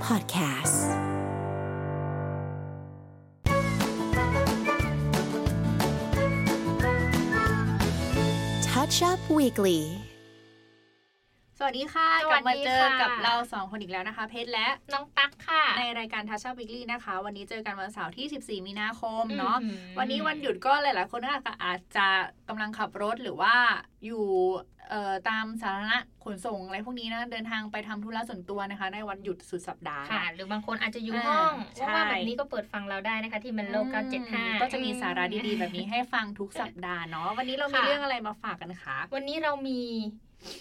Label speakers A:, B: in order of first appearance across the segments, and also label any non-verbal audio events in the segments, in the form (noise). A: Podcasts. Touch Up Weekly.
B: สวัสดีค่ะ
C: ส
B: ก
C: วั
B: ลั
C: ส
B: บ
C: ดี
B: มาเจอ
C: ค่ะ
B: กับเราสองคนอีกแล้วนะคะ เพชรและ
C: น้องตั๊กค่ะ
B: ในรายการทัชช p วิกลี่นะคะ วันนี้เจอกันวันเสาร์ที่ 14 มีนาคม
C: อืม
B: เนาะวันนี้วันหยุดก็หลาย ๆ คนอาจจะอาจจะกำลังขับรถหรือว่าอยู่เอ่อตามสาธารณะขนส่งอะไรพวกนี้นะ เดินทางไปทำธุระส่วนตัวนะคะ ในวันหยุดสุดสัปดาห์
C: ค่ะ หรือบางคนอาจจะอยู่
B: อ่า
C: ห้อง
B: ใช่
C: ว่างๆแบบนี้ก็เปิดฟังเราได้นะคะ ที่มันโลก975
B: ก็จะมีสาระดี ๆ แบบนี้ให้ฟังทุกสัปดาห์เนาะวันนี้เรามี
C: ค่ะ
B: เรื่องอะไรมาฝากกันคะ
C: วันนี้เรามี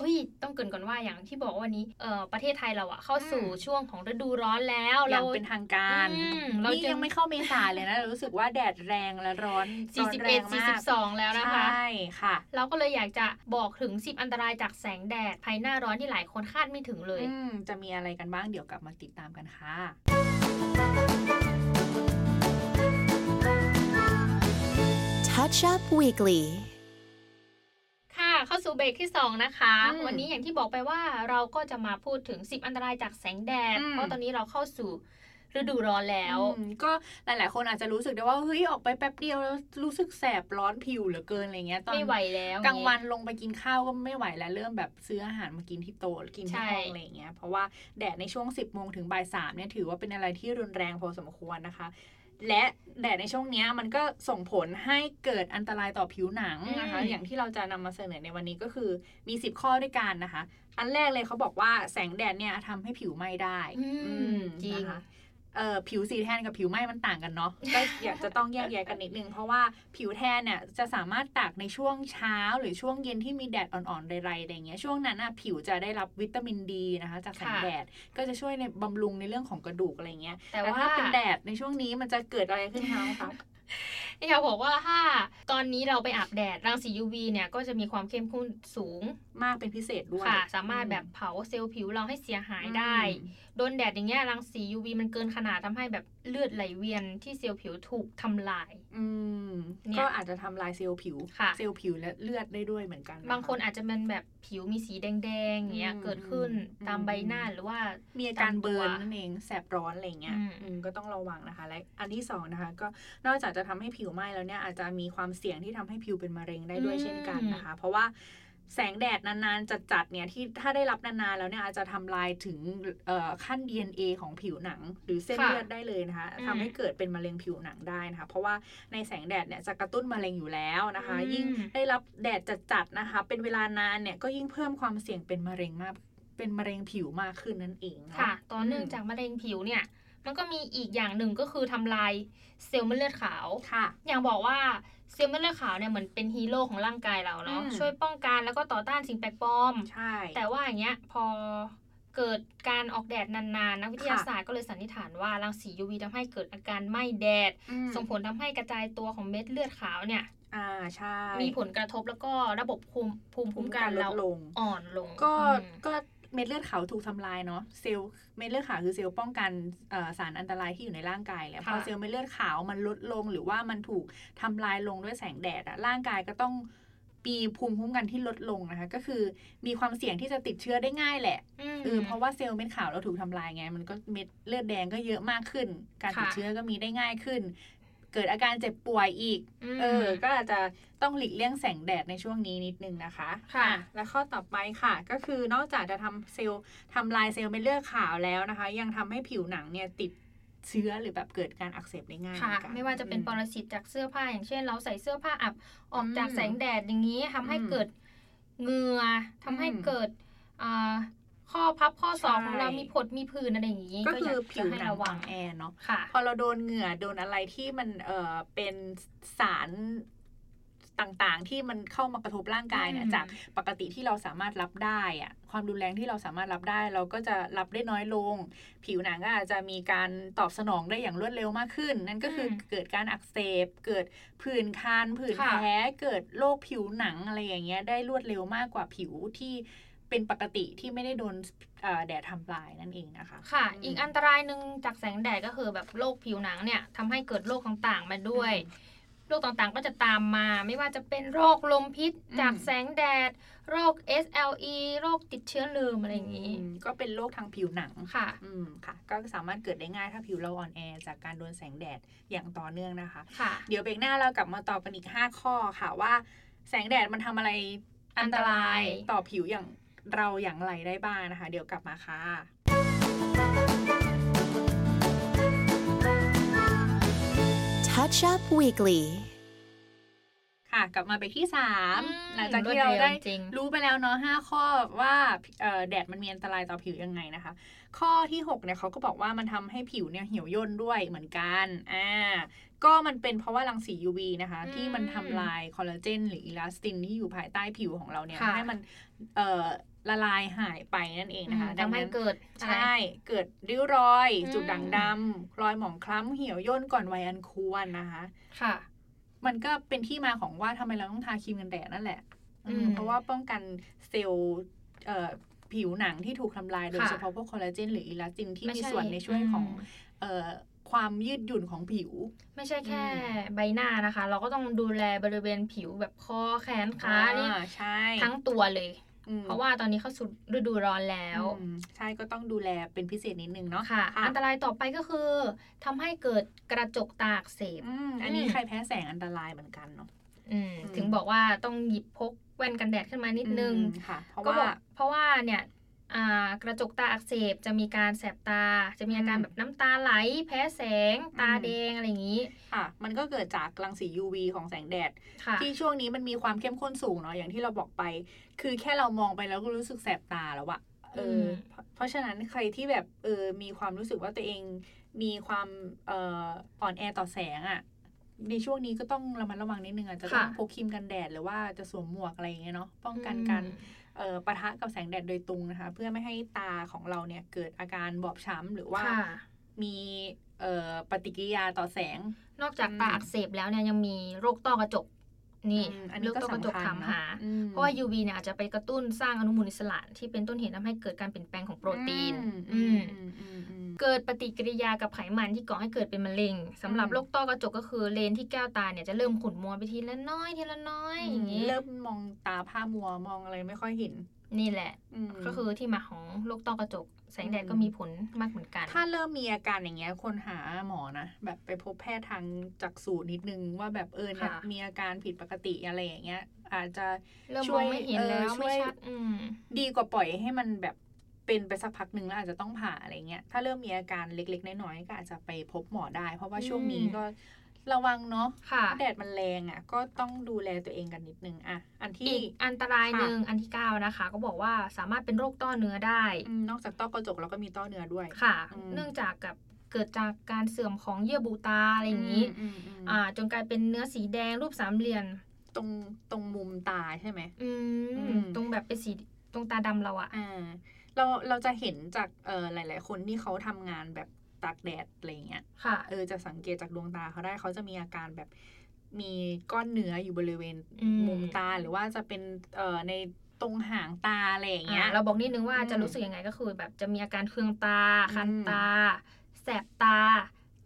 C: อุ้ยต้องเกรินก่อนว่าอย่างที่บอกว่าวันนี้เอ่อประเทศไทยเราอะเข้าสู่
B: อืม
C: ช่วงของฤดูร้อนแล้ว
B: อย่างเป็นทางการ
C: อืมเรา
B: นี่
C: จะ
B: ยังไม่เข้าเมษาเลยนะเรารู้สึกว่าแดดแรงและร้อนร้อนแรง
C: 41
B: มาก
C: 42 แล้วนะคะ
B: ใช่ค่ะ
C: เราก็เลยอยากจะบอกถึง 10 อันตรายจากแสงแดดภายหน้าร้อนที่หลายคนคาดไม่ถึงเลย
B: อืม จะมีอะไรกันบ้างเดี๋ยวกลับมาติดตามกันค่ะ
A: Touch Up Weekly.
C: ค่ะเข้าสู่เบรกที่ 2 นะคะ
B: อืม
C: วันนี้อย่างที่บอกไปว่าเราก็จะมาพูดถึง 10 อันตรายจากแสงแดด
B: อืม
C: เพราะตอนนี้เราเข้าสู่ฤดูร้อนแล้ว
B: อืมก็หลาย ๆ คนอาจจะรู้สึกได้ว่า เฮ้ย ออกไปแป๊บเดียวแล้วรู้สึกแสบร้อนผิวเหลือเกินอะไรเงี้ย ตอน
C: ไม่ไหวแล้ว
B: กลางวัน
C: เ
B: ลงไปกินข้าวก็ไม่ไหวแล้ว เริ่มแบบซื้ออาหารมากินที่โต๊ะกินที่
C: ใช่
B: ห้องอะไรเงี้ย เพราะว่าแดดในช่วง 10บโมงถึงบ่ายสามเนี่ยถือว่าเป็นอะไรที่รุนแรงพอสมควรนะคะ และแดดในช่วงเนี้ยมันก็ส่งผลให้เกิดอันตรายต่อผิวหนังนะคะ
C: อืม
B: อย่างที่เราจะนำมาเสนอในวันนี้ก็คือมี 10 ข้อด้วยกันนะคะ อันแรกเลยเขาบอกว่าแสงแดดเนี่ยทำให้ผิวไหม้ได้
C: อื
B: อื
C: ม
B: ม
C: จริง
B: นะคะเอ่อผิวสีแทนกับผิวไหม้มันต่างกันเนาะ ก็อยากจะต้องแยกแยะกันนิดนึง เพราะว่าผิวแทนเนี่ยจะสามารถตากในช่วงเช้าหรือช่วงเย็นที่มีแดดอ่อนๆไรๆอะไรเงี้ยช่วงนั้นน่ะผิวจะได้รับวิตามินดีนะคะ จากแสง
C: ค่ะ
B: แดดก็จะช่วยในบำรุงในเรื่องของกระดูกอะไรเงี้ย
C: แต่
B: แต่
C: ว่า
B: ถ้าเป็นแดดในช่วงนี้มันจะเกิดอะไรขึ้นคะน้องคะ
C: ที่เขาบอกว่าถ้าตอนนี้เราไปอาบแดดรังสี UV เนี่ยก็จะมีความเข้มข้นสูง
B: มากเป็นพิเศษด้วย
C: ค่ะ สามารถแบบเผาเซลล์ผิวเราให้เสียหายได้ โดนแดดอย่างเงี้ยรังสี UV มันเกินขนาดทำให้แบบเลือดไหลเวียนที่เซลล์ผิวถูกทำลาย
B: อืม
C: เนี่ย
B: ก็อาจจะทำลายเซลล์ผิว
C: ค่ะ
B: เซลล์ผิวและเลือดได้ด้วยเหมือนกันะะ
C: บางคนอาจจะเป็นแบบผิวมีสีแดงๆอย่างเงี้ย
B: อืม
C: เกิดขึ้น
B: อืม
C: ตามใบหน้าหรือว่า
B: มีอาการ
C: ตามตัว
B: เบิร์นนั่นเองแสบร้อนอะไรเงี้ย
C: อืม
B: อืมก็ต้องระวังนะคะ และอันที่สองนะคะ ก็นอกจากจะทำให้ผิวไหม้แล้วเนี่ยอาจจะมีความเสี่ยงที่ทำให้ผิวเป็นมะเร็งได้ด้วยเช่นกันนะคะ เพราะว่าแสงแดดนานๆจัดๆเนี่ยที่ถ้าได้รับนานๆแล้วเนี่ยอาจจะทำลายถึงเอ่อขั้น DNA ของผิวหนัง หรือเส้น
C: ค่ะ
B: เลือดได้เลยนะคะ
C: อืม
B: ทำให้เกิดเป็นมะเร็งผิวหนังได้นะคะ เพราะว่าในแสงแดดเนี่ยจะกระตุ้นมะเร็งอยู่แล้วนะคะ
C: อืม
B: ยิ่งได้รับแดดจัดๆนะคะ เป็นเวลานานเนี่ยก็ยิ่งเพิ่มความเสี่ยงเป็นมะเร็งมาก เป็นมะเร็งผิวมากขึ้นนั่นเองเนา
C: ค่ะ ตอนเนื่องจากมะเร็งผิวเนี่ย มันก็มีอีกอย่างหนึ่งก็คือทำลายเซลล์มะเลือดขาว
B: ค่ะ
C: อย่างบอกว่าเซลล์มะเลือดขาวเนี่ยเหมือนเป็นฮีโร่ของร่างกายเราเนาะ
B: อืม
C: ช่วยป้องกันแล้วก็ต่อต้านสิ่งแปลกปลอม
B: ใช่
C: แต่ว่าอย่างเงี้ยพอเกิดการออกแดดนานๆนักวิทยาศาสตร์ก็เลยสันนิษฐานว่ารังสี UV ทำให้เกิดอาการไหม้แดด
B: อืม
C: ส่งผลทำให้กระจายตัวของเม็ดเลือดขาวเนี่ย
B: อ่าใช่
C: มีผลกระทบแล้วก็ระบบภูมิภูมิ
B: ภู
C: คุ้ม
B: มิ
C: กั
B: กัน นล
C: เรา
B: ดลง
C: อ่อนลง
B: ก็
C: อืม
B: ก็เม็ดเลือดขาวถูกทำลายเนาะเซลล์เม็ดเลือดขาวคือเซลล์ป้องกันเอ่อสารอันตรายที่อยู่ในร่างกายแหละ
C: ค่ะ
B: พอเซลล์เม็ดเลือดขาวมันลดลงหรือว่ามันถูกทำลายลงด้วยแสงแดดอะร่างกายก็ต้องมีภูมิคุ้มกันที่ลดลงนะคะ ก็คือมีความเสี่ยงที่จะติดเชื้อได้ง่ายแหละ
C: ม
B: เออเพราะว่าเซลล์เม็ดขาวเราถูกทำลายไง มันก็เม็ดเลือดแดงก็เยอะมากขึ้น การติด
C: ค่ะ
B: เชื้อก็มีได้ง่ายขึ้น เกิดอาการเจ็บป่วยอีก
C: ม
B: เออ ก็อาจจะต้องหลีกเลี่ยงแสงแดดในช่วงนี้นิดนึงนะคะ
C: ค่ะ
B: อ่และข้อต่อไปค่ะ ก็คือนอกจากจะทำเซลล์ทำลายเซลล์เม็ดเลือดขาวแล้วนะคะ ยังทำให้ผิวหนังเนี่ยติดเชื้อหรือแบบเกิดการอักเสบได้ง่าย
C: ค่ะ
B: เหอนกัน
C: ไม่ว่าจะเป็นปรสิตจากเสื้อผ้า อย่างเช่น เราใส่เสื้อผ้าอับออกจาก
B: อืม
C: แสงแดดอย่างนี้ทำให้
B: อืม
C: เกิดเหงื่อทำให้
B: อืม
C: เกิดอ่าข้อพับข้อศอกของเรา
B: ใช่
C: มีผดมีผื่นอะไรอย่างนี้
B: ก็คือย
C: า
B: ผิวหนั
C: จะ
B: ง
C: ระ
B: อ่
C: วั
B: อง นแอเนาะ
C: ค่ะ
B: พอเราโดนเหงื่อโดนอะไรที่มันเออเป็นสารต่างๆ ที่มันเข้ามากระทบร่างกายเนี่ย
C: อืม
B: จากปกติที่เราสามารถรับได้อะความรุนแรงที่เราสามารถรับได้ เราก็จะรับได้น้อยลง ผิวหนังก็อาจจะมีการตอบสนองได้อย่างรวดเร็วมากขึ้น นั่นก็คืออ
C: ม
B: เกิดการอักเสบ เกิดผื่นคันผื่น
C: ค่ะ
B: แพ้เกิดโรคผิวหนังอะไรอย่างเงี้ยได้รวดเร็วมากกว่าผิวที่เป็นปกติที่ไม่ได้โดนเอ่อแดดทำลายนั่นเองนะคะ
C: ค่ะ
B: อืม
C: อีกอันตรายหนึ่งจากแสงแดดก็คือแบบโรคผิวหนังเนี่ยทำให้เกิดโรคต่างๆมาด้วย โรคต่างๆ ก็จะตามมา ไม่ว่าจะเป็นโรคลมพิษ
B: อืม
C: จากแสงแดด โรค SLE โรคติดเชื้อลืมอะไรอย่างนี้
B: อืมก็เป็นโรคทางผิวหนัง
C: ค่ะ
B: อืมค่ะ ก็สามารถเกิดได้ง่ายถ้าผิวเราอ่อนแอจากการโดนแสงแดดอย่างต่อเนื่องนะคะ
C: ค่ะ
B: เดี๋ยวเบรกหน้าเรากลับมาตอบกันอีก 5 ข้อค่ะว่า แสงแดดมันทำอะไรอันตราย
C: อันตราย
B: ต่อผิวอย่างเราอย่างไรได้บ้างนะคะ เดี๋ยวกลับมาค่ะ
A: Touch Up Weekly.
B: ค่ะ กลับมาเบรกที่
C: อืม
B: 3 หลังจากที่เราได้
C: วจริง
B: รู้ไปแล้วเนาะห้าข้อว่าเอ่อแดดมันมีอันตรายต่อผิวยังไงนะคะ ข้อที่ 6 เนี่ยเขาก็บอกว่ามันทำให้ผิวเนี่ยเหี่ยวย่นด้วยเหมือนกันอ่าก็มันเป็นเพราะว่ารังสี UV นะคะ
C: อืม
B: ที่มันทำลายคอลลาเจนหรืออีลาสตินที่อยู่ภายใต้ผิวของเราเนี่ย
C: ค่ะ
B: ให้มันเอ่อละลายหายไปนั่นเองนะคะ
C: อืม
B: ดัง
C: ทำให้
B: นั้น
C: เกิด
B: ใช
C: อะไร
B: ่ เกิดริ้วรอย
C: อืม
B: จุดด่างดำรอยหมองคล้ำเหี่ยวย่นก่อนวัยอันควรนะคะ
C: ค่ะ
B: มันก็เป็นที่มาของว่าทำไมเราต้องทาครีมกันแดดนั่นแหละอืม
C: อืม
B: เพราะว่าป้องกันเซลล์เอ่อผิวหนังที่ถูกทำลายโดย
C: ค่ะ
B: เฉพาะพวกคอลลาเจนหรืออีลาสตินที่
C: ไ
B: มีส่วนในช่วยของ
C: ม
B: เอ่อความยืดหยุ่นของผิว
C: ไม่ใช่แค่
B: อื
C: ใบหน้านะคะ เราก็ต้องดูแลบริเวณผิวแบบคอแขนขานี่
B: อ่าใช่
C: ทั้งตัวเลย
B: อืม
C: เพราะว่าตอนนี้เข้าสู่ฤดูร้อนแล้ว
B: อืมใช่ก็ต้องดูแลเป็นพิเศษนิดนึงเนาะ
C: ค่ะ
B: ค่ะ
C: อันตรายต่อไปก็คือทำให้เกิดกระจกตาอักเสบ
B: อืมอันนี้
C: อืม
B: ใครแพ้แสงอันตรายเหมือนกันเนาะ
C: อืม
B: อืม
C: ถึงบอกว่าต้องหยิบพกแว่นกันแดดขึ้นมานิดนึง
B: อืมค่ะ เพราะ
C: ก็
B: ว่า
C: บอกเพราะว่าเนี่ยอ่ากระจกตาอักเสบจะมีการแสบตา จะมีอาการ
B: อืม
C: แบบน้ำตาไหล แพ้แสง ตา
B: อืม
C: แดงอะไรอย่างนี้
B: ค่ะมันก็เกิดจากรังสี UV ของแสงแดด
C: ค่ะ
B: ที่ช่วงนี้มันมีความเข้มข้นสูงเนาะอย่างที่เราบอกไป คือแค่เรามองไปแล้วก็รู้สึกแสบตาแล้วอะเออ
C: ม
B: อเพราะเพราะฉะนั้นใครที่แบบเออมีความรู้สึกว่าตัวเองมีความเอ่ออ่อนแอต่อแสงอะในช่วงนี้ก็ต้องระมัดระวังนิดนึงอาจจะต้อง
C: ค่ะ
B: พกครีมกันแดดหรือว่าจะสวมหมวกอะไรอย่างเงี้ยเนาะป้องกันการเอ่อปะทะกับแสงแดดโดยตรงนะคะ เพื่อไม่ให้ตาของเราเนี่ยเกิดอาการบอบช้ำหรือว่า
C: ค่ะ
B: มีเอ่อปฏิกิริยาต่อแสง
C: นอกจากตาอักเสบแล้วเนี่ยยังมีโรคต้อกระจก นี่
B: อืมอัน
C: โร
B: นี้
C: ค
B: ก็
C: ต้อกระจก
B: สำคัญ
C: ถาม
B: เนอะ
C: หา
B: อืม
C: เพราะว่า UV เนี่ยอาจจะไปกระตุ้นสร้างอนุมูลอิสระที่เป็นต้นเหตุทำให้เกิดการเปลี่ยนแปลงของโปรตีน
B: อืม
C: อืม
B: อืมอืมอืม
C: เกิดปฏิกิริยากับไขมันที่ก่อให้เกิดเป็นมะเร็งสำหรับ
B: อืม
C: โรคต้อกระจกก็คือเลนที่แก้วตาเนี่ยจะเริ่มขุ่นมัวไปทีละน้อยทีละน้อยอย่างนี้
B: เริ่มมองตาผ้ามัวมองอะไรไม่ค่อยเห็น
C: นี่แหละ
B: อืม
C: ก็คือที่มาของโรคต้อกระจก แสงแดด
B: อืม
C: ก็มีผลมากเหมือนกัน
B: ถ้าเริ่มมีอาการอย่างเงี้ยคนหาหมอนะ แบบไปพบแพทย์ทางจักษุนิดนึงว่าแบบเออเนี่ย
C: ค่ะ
B: มีอาการผิดปกติอะไรอย่างเงี้ย อาจจะ
C: เริ่ม
B: ช่ว
C: มอย งไม่เห็น
B: เอ
C: แล้ว
B: อช่
C: ไม่
B: วย
C: ชัดอืม
B: ดีกว่าปล่อยให้มันแบบเป็นไปสักพักหนึ่งแล้วอาจจะต้องผ่าอะไรเงี้ยถ้าเริ่มมีอาการเล็ก ๆ น้อยๆก็อาจจะไปพบหมอได้ เพราะว่าช่วงนี้
C: อืม
B: ก็ระวังเนาะ
C: ค่ะ
B: แดดมันแรงอ่ะ ก็ต้องดูแลตัวเองกันนิดนึงอ่ะอันที่
C: อีกอันตราย
B: ค่ะ
C: หนึ่งอันที่ 9 นะคะ ก็บอกว่าสามารถเป็นโรคต้อเนื้อได้
B: อืมนอกจากต้อกระจกแล้วก็มีต้อเนื้อด้วย
C: ค่ะ
B: อืม
C: เนื่องจากกับเกิดจากการเสื่อมของเยื่อบุตาอะไรอย่างนี้
B: มอืมอืม
C: อ่า จนกลายเป็นเนื้อสีแดงรูปสามเหลี่ยม
B: ตรงตรงมุมตาใช่ไหม
C: อื
B: อื
C: ม
B: ม
C: ตรงแบบเป็นสีตรงตาดำเราอะ
B: อ่า เราเราจะเห็นจากเอ่อหลาย ๆ คนที่เขาทำงานแบบตากแดดอะไรเงี้ย
C: ค่ะ
B: เออจะสังเกตจากดวงตาเขาได้เขาจะมีอาการแบบมีก้อนเนื้ออยู่บริเวณ
C: อืม
B: มุมตาหรือว่าจะเป็นเอ่อในตรงหางตาอะไรอย่างเงี้ย
C: อ่าเราบอกนิดนึงว่า
B: อืม
C: จะรู้สึกยังไงก็คือ แบบจะมีอาการเคืองตา คัน
B: อืม
C: ตา แสบตา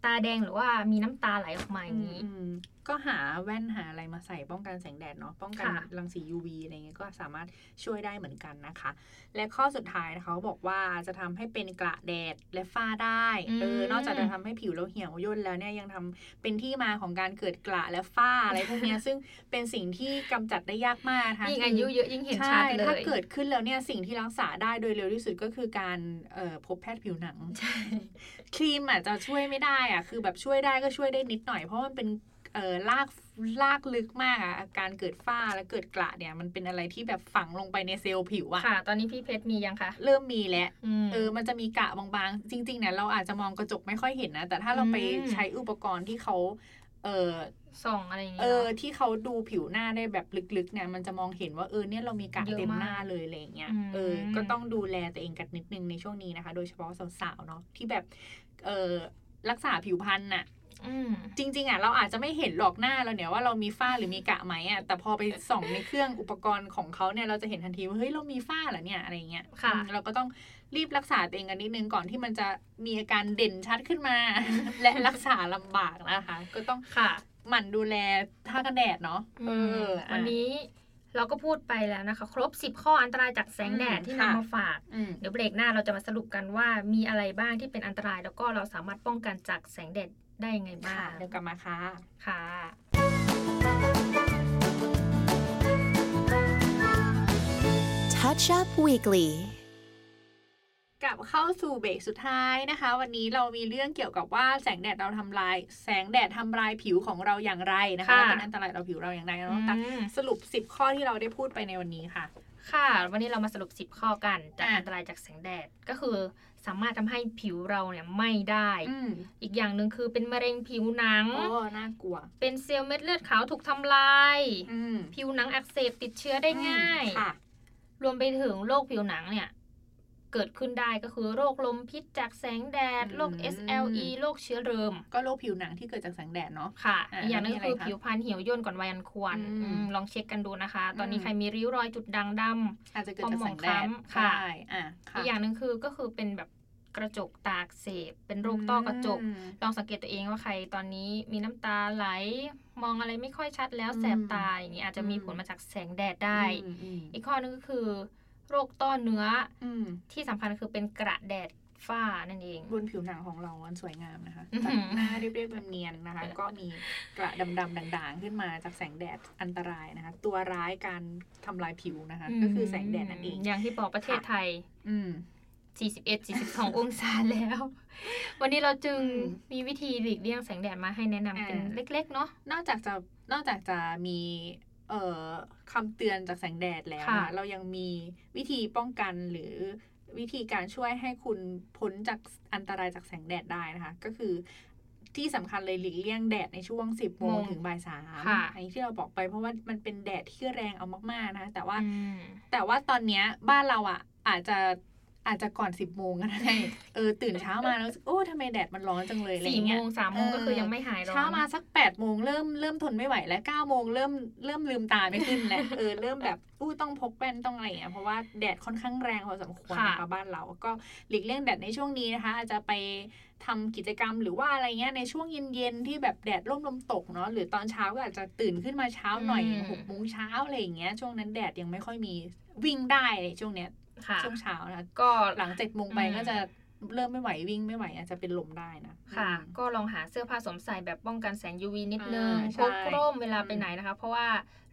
C: ตาแดงหรือว่ามีน้ำตาไหลออกมาอย่างนี้
B: อืมก็หาแว่นหาอะไรมาใส่ป้องกันแสงแดดเนาะป้องกัน
C: ค่ะ
B: รังสี UV อะไรเงี้ยก็สามารถช่วยได้เหมือนกันนะคะ และข้อสุดท้ายนะคะเขาบอกว่าจะทำให้เป็นกระแดดและฝ้าได้
C: อืม
B: เออนอกจากจะทำให้ผิวเราเหี่ยวย่นแล้วเนี่ยยังทำเป็นที่มาของการเกิดกระและฝ้าอะไรพวก
C: (laughs)
B: เนี้ย ซึ่งเป็นสิ่งที่กำจัดได้ยากมากนะคะ
C: ยิ่ง
B: คื
C: อายุเยอะยิ่งเห็น
B: ใช่
C: ชัดเลย
B: ถ้าเกิดขึ้นแล้วเนี่ยสิ่งที่รักษาได้โดยเร็วที่สุดก็คือการเอ่อพบแพทย์ผิวหนัง
C: ใช่
B: ครีมอาจจะช่วยไม่ได้อะคือแบบช่วยได้ก็ช่วยได้นิดหน่อย เพราะมันเป็นเออลากลากลึกมากอะอาการเกิดฝ้าและเกิดกระเนี่ย มันเป็นอะไรที่แบบฝังลงไปในเซลล์ผิวอะ
C: ค่ะ ตอนนี้พี่เพชรมียังคะ
B: เริ่มมีแล้ว
C: ม
B: เออมันจะมีกระบางๆ จริงๆเนี่ยเราอาจจะมองกระจกไม่ค่อยเห็นนะ แต่ถ้าเราไป
C: อืม
B: ใช้อุปกรณ์ที่เขาเออ
C: ส่องอะไรอย่าง
B: เอ
C: เงี้ย
B: อที่เขาดูผิวหน้าได้แบบลึกๆเนี่ยมันจะมองเห็นว่าเออเนี่ยเรามีกระ
C: เยอะมาก
B: เต็มหน้าเลยอะไรอย่างเงี้ย
C: อืม
B: เออก็ต้องดูแลตัวเองกันนิดนึงในช่วงนี้นะคะ โดยเฉพาะสาวๆเนาะที่แบบเออรักษาผิวพรรณน่ะ
C: อืม
B: จริงๆอ่ะเราอาจจะไม่เห็นหรอกหน้าเราเนี่ยว่าเรามีฝ้าหรือมีกระไหมอ่ะแต่พอไปส่องในเครื่องอุปกรณ์ของเขาเนี่ยเราจะเห็นทันทีว่าเฮ้ยเรามีฝ้าเหรอเนี่ยอะไรเงี้ย
C: ค่ะ
B: อืมเราก็ต้องรีบรักษาตัวเองกันนิดนึงก่อนที่ (laughs) มันจะมีอาการเด่นชัดขึ้นมา และรักษาลำบากนะคะ ก็ต้อง
C: ค่ะ
B: หมั่นดูแลท่ากันแดดเนาะเอออ่ะ
C: วันนี้เราก็พูดไปแล้วนะคะ ครบ 10 ข้ออันตรายจากแสงแดด
B: อืม
C: ที่
B: ค่ะ
C: นำมาฝาก
B: อืม
C: เดี๋ยวเบรกหน้าเราจะมาสรุปกันว่ามีอะไรบ้างที่เป็นอันตราย แล้วก็เราสามารถป้องกันจากแสงแดดได้ยังไงบ้า
B: ค่ะ
C: ง
B: เดี๋ยวกลับมาค่ะ
C: ค่ะ
A: Touch Up Weekly.
B: กลับเข้าสู่เบรกสุดท้ายนะคะ วันนี้เรามีเรื่องเกี่ยวกับว่าแสงแดดเราทำลาย แสงแดดทำลายผิวของเราอย่างไรนะคะ
C: ค่ะ
B: เป็นอันตรายต่อผิวเราอย่างไรเนาะตัก
C: อืม
B: สรุป 10 ข้อที่เราได้พูดไปในวันนี้ค่ะ
C: ค่ะ วันนี้เรามาสรุป 10 ข้อกันจาก
B: อ่ะ
C: อันตรายจากแสงแดดก็คือสามารถทำให้ผิวเราเนี่ยไหม่ได้
B: อืม
C: อีกอย่างหนึ่งคือเป็นมะเร็งผิวหนัง
B: โอ้น่ากลัว
C: เป็นเซลล์เม็ดเลือดขาวถูกทำลาย
B: อืม
C: ผิวหนังอักเสบติดเชื้อได้ง่าย
B: ค่ะ
C: รวมไปถึงโรคผิวหนังเนี่ย เกิดขึ้นได้ก็คือโรคลมพิษจากแสงแดด
B: อืม
C: โรค SLE โรคเชื้อเริม
B: ก็โรคผิวหนังที่เกิดจากแสงแดดเนาะ
C: ค่ะ
B: อ่า
C: อีกอย่างหนึง
B: แล้วมี
C: คือ
B: อะไรคะ
C: ผิวพรรณเหี่ยวย่นก่อนวัยอันควร
B: อืม
C: อืมลองเช็คกันดูนะคะ ตอนนี้
B: อืม
C: ใครมีริ้วรอยจุดด่างด
B: อาจจะเกิดจากแสงแดด
C: ความหมองคล้ำ
B: ใช่
C: ค่ะ
B: อ่ะ
C: ำ
B: ค่ะ
C: อีกอย่างหนึ่งคือก็คือเป็นแบบกระจกตาอักเสบ เป็นโรคต้อกระจก
B: อืม
C: ลองสังเกตตัวเองว่าใครตอนนี้มีน้ำตาไหล มองอะไรไม่ค่อยชัดแล้ว
B: อืม
C: แสบตาอย่างนี้อาจจะมี
B: อืม
C: ผลมาจากแสงแดดได้
B: อืมอืม
C: อีกข้อหนึงก็คือ โรคต้อเนื้อ
B: อืม
C: ที่สำคัญคือเป็นกระแดดฝ้านั่นเอง
B: บนผิวหนังของเราอันสวยงามนะคะ
C: อื้อหื
B: ตัด
C: อ
B: หน้าเรียบๆแบบเนียนนะคะ ก็มีกระดำๆด่างๆ ขึ้นมาจากแสงแดดอันตรายนะคะ ตัวร้ายการทำลายผิวนะคะ ก็คือแสงแดดนั่นเอง
C: อย่างที่บอกประเทศไทย
B: อืม
C: 41 42 องศาแล้ว วันนี้เราจึง
B: อืม
C: มีวิธีหลีกเลี่ยงแสงแดดมาให้แนะนำเป็น
B: อ่า
C: เล็กๆ เนาะ
B: นอกจากจะนอกจากจะมีเอ่อคำเตือนจากแสงแดดแล้ว
C: ค่ะ
B: นะคะเรายังมีวิธีป้องกันหรือวิธีการช่วยให้คุณพ้นจากอันตรายจากแสงแดดได้นะคะ ก็คือที่สำคัญเลยหลีกเลี่ยงแดดในช่วง 10โมง
C: โมง
B: ถึงบ่ายสาม
C: ค่ะ
B: อันนี้ที่เราบอกไปเพราะว่ามันเป็นแดดที่แรงเอามากๆนะคะแต่ว่า
C: อืม
B: แต่ว่าตอนเนี้ยบ้านเราอ่ะ อาจจะอาจจะก่อนสิบโมงก็ได้ เออตื่นเช้ามาแล้วรู้สึกโอ้ทำไมแดดมันร้อนจังเลยอะไรอ
C: สี่
B: ย่าง
C: โม
B: เงี้ย
C: งสามโมงก็คือยังไม่หายร้อน
B: เช้ามาสักแปดโมงเริ่มเริ่มทนไม่ไหวแล้วเก้าโมงเริ่มเริ่มลืมตาไม่ขึ้นแล้ว เออเริ่มแบบอู้ต้องพกแว่นต้องอะไรอย่างเงี้ยเพราะว่าแดดค่อนข้างแรงพอสมควร
C: ค่ะ
B: นะคะบ้านเราก็หลีกเลี่ยงแดดในช่วงนี้นะคะ อาจจะไปทำกิจกรรมหรือว่าอะไรเงี้ยในช่วงเย็นๆที่แบบแดดร่มลมตกเนาะหรือตอนเช้าก็อาจจะตื่นขึ้นมาเช้าหน่อยหกโมงเช้าอะไรอย่างเงี้ยช่วงนั้นแดดยังไม่ค่อยมีวิ่งได้ในช่วงเนี้ย
C: ค่ะ
B: ช่วงเช้านะ
C: ก็
B: หลังเจ็ดโมงไป
C: อืม
B: ก็จะเริ่มไม่ไหววิ่งไม่ไหวอาจจะเป็นลมได้นะ
C: ค่ะ
B: อืม
C: ก็ลองหาเสื้อผ้าสวมใส่แบบป้องกันแสง UV นิดนึง
B: อ่าใช่
C: พกร่มเวลา
B: อืม
C: ไปไหนนะคะ เพราะว่า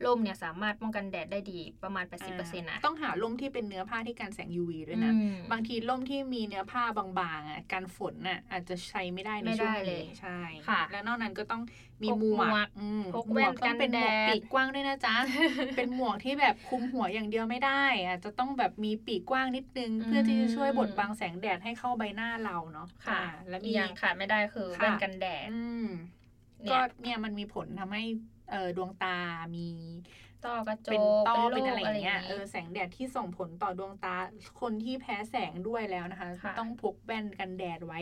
C: ร่มเนี่ยสามารถป้องกันแดดได้ดีประมาณ 80%นะ
B: ต้องหาร่มที่เป็นเนื้อผ้าที่กันแสง UV ด้วยนะ
C: อืม
B: บางทีร่มที่มีเนื้อผ้าบางๆอ่ะกันฝนน่ะอาจจะใช้ไม่ได้ใน
C: ไม่ได้
B: ช่วง
C: เลย
B: นี้ใช่
C: ค่ะ
B: และนอกนั้นก็ต้องมี
C: พก
B: หม
C: หม
B: ว
C: วก
B: กอืม
C: พก
B: หม
C: แว่
B: วน กต้องเป็นหมวก
C: กันแดด
B: ปีกกว้างด้วยนะ
C: (laughs)
B: จ๊ะ เป็นหมวกที่แบบคุมหัวอย่างเดียวไม่ได้อาจจะต้องแบบมีปีกกว้างนิดนึง เพื่อที่จะช่วยบดบังแสงแดดให้เข้าใบหน้าเราเนาะ
C: ค่ะ
B: อ่าและ
C: อี
B: มี
C: กอย่างขาดไม่ได้คือ
B: ค่ะ
C: แว่นกันแดด
B: อืม
C: เนี่
B: ก็
C: ย
B: เนี่ยมันมีผลทำให้เอ่อดวงตามี
C: ต้อกระจก
B: เป็นต้อ
C: โร
B: เป็น
C: ค
B: อะไรอย่างเงี้ย
C: ะไร
B: เอ
C: อาง
B: อ
C: งี้
B: แสงแดดที่ส่งผลต่อดวงตาคนที่แพ้แสงด้วยแล้วนะคะ
C: ค่ะ
B: ต้องพกแว่นกันแดดไว้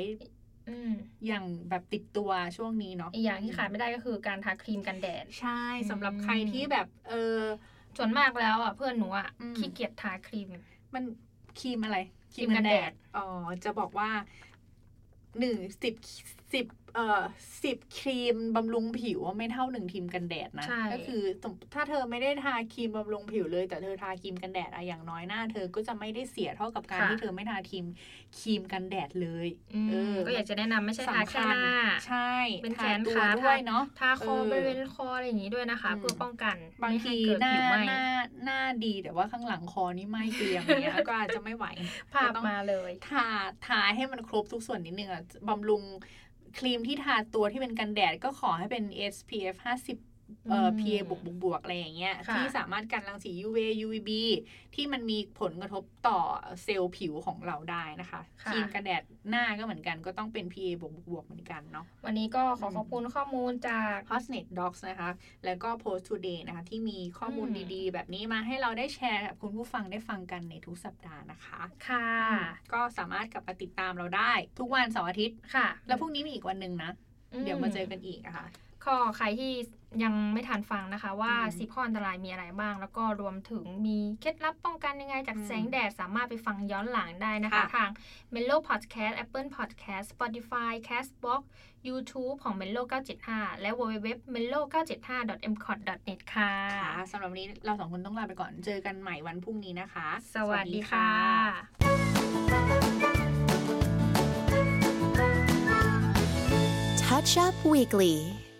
C: อืม
B: อย่างแบบติดตัวช่วงนี้เนาะ
C: อีกอย่างที่ขาดไม่ได้ก็คือการทาครีมกันแดด
B: ใช่
C: อืม
B: สำหรับใครที่แบบ เออ
C: ส่วนมากแล้วอ่ะเพื่อนหนูอ่ะ
B: อืม
C: ขี้เกียจทาครีม
B: มันครีมอะไร
C: ครีมกันแดด
B: อ๋อจะบอกว่าหนึ่งสิบสิบเอ่อสิบครีมบำรุงผิวอะไม่เท่าหนึ่งครีมกันแดดนะ
C: ใช่
B: ก็คือสมมุติถ้าเธอไม่ได้ทาครีมบำรุงผิวเลย แต่เธอทาครีมกันแดดอะอย่างน้อยหน้า เธอก็จะไม่ได้เสียเท่ากับการที่เธอไม่ทาครีมครีมกันแดดเลย
C: อืม
B: เ
C: ก็อยากจะแนะนำไม่ใช่ทาแค่
B: สำญ
C: หน้า
B: ใช่
C: เป็นแข
B: ทาน ตัว
C: ขา
B: ด้วยเนาะ
C: ทาคอ
B: เออบ
C: ริเวณคออะไรอย่างนี้ด้วยนะคะ
B: อืม
C: เพื่อป้องกัน
B: บาง
C: ไม่ให้
B: ที
C: เกิด
B: หน้า
C: ผิว
B: ห
C: ไหม้
B: น้าหน้าดีแต่ว่าข้างหลังคอนี่ไหม้เกรียมอย่างเงี้ยก็อาจจะไม่ไหว
C: ภาพมาเลย
B: ทาทาให้มันครบทุกส่วนนิดนึงอ่ะบำรุงครีมที่ทาตัวที่เป็นกันแดดก็ขอให้เป็น SPF 50เอ่อ
C: อืม
B: PA บวกบวกบวกอะไรอย่างเงี้ย
C: ค่ะ
B: ที่สามารถกันรังสี UV UVB ที่มันมีผลกระทบต่อเซลล์ผิวของเราได้นะคะ ครีมกันแดดหน้าก็เหมือนกันก็ต้องเป็น PA บวกบวกบวกเหมือนกันเนาะ
C: วันนี้ก็ขอ
B: อืม
C: ขอบคุณข้อมูลจาก
B: h o s n e t Docs นะคะ แล้วก็ Post Today นะคะ ที่มีข้อมูล
C: อืม
B: ดีๆ แบบนี้มาให้เราได้แชร์กับคุณผู้ฟังได้ฟังกันในทุกสัปดาห์นะคะ
C: ค่ะ
B: ก็สามารถกลับมาติดตามเราได้ ทุกวันเสาร์อาทิตย์
C: ค่ะ
B: แล้วพรุ่งนี้มีอีกวันหนึ่งนะ
C: อืม
B: เดี๋ยวมาเจอกันอีกอะค่ะ
C: ข้อใครที่ ยังไม่ทันฟังนะคะ ว่า
B: อืม
C: สิบข้ออันตรายมีอะไรบ้าง แล้วก็รวมถึงมีเคล็ดลับป้องกันยังไงจาก
B: อืม
C: แสงแดดสามารถไปฟังย้อนหลังได้นะคะ
B: ค่ะ
C: ทาง Mello Podcast Apple Podcast Spotify Castbox YouTube ของ Mello 975 และ www mello 975 m c o t net ค่ะ
B: ค่ะสำหรับวันนี้เราสองคนต้องลาไปก่อน เจอกันใหม่วันพรุ่งนี้นะคะ
C: สวัสดีค่ะ
A: Touch Up Weekly.